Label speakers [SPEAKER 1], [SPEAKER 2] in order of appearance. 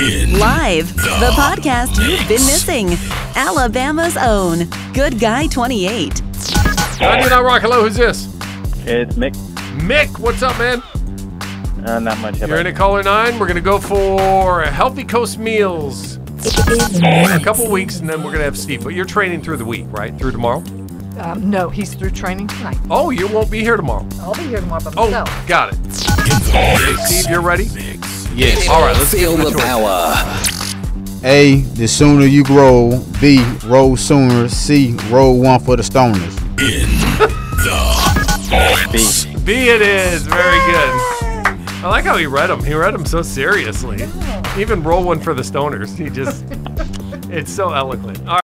[SPEAKER 1] Live, the podcast you've been missing. Alabama's own Good Guy 28.
[SPEAKER 2] I do not rock. Hello, who's this?
[SPEAKER 3] It's Mick.
[SPEAKER 2] Mick, what's up, man?
[SPEAKER 3] Uh, not much.
[SPEAKER 2] You're in at caller nine. We're gonna go for healthy coast meals in a couple weeks, and then we're gonna have Steve. But you're training through the week, right? Through tomorrow?
[SPEAKER 4] Um, no, he's through training tonight.
[SPEAKER 2] Oh, you won't be here tomorrow.
[SPEAKER 4] I'll be here tomorrow by
[SPEAKER 2] Oh,
[SPEAKER 4] myself.
[SPEAKER 2] got it. Steve, you're ready.
[SPEAKER 5] Yes.
[SPEAKER 2] All right, let's get
[SPEAKER 5] the power.
[SPEAKER 6] A, the sooner you grow. B, roll sooner. C, roll one for the stoners.
[SPEAKER 2] B. It is very good. I like how he read them. He read them so seriously. Even roll one for the stoners. He just—it's so eloquent. All right.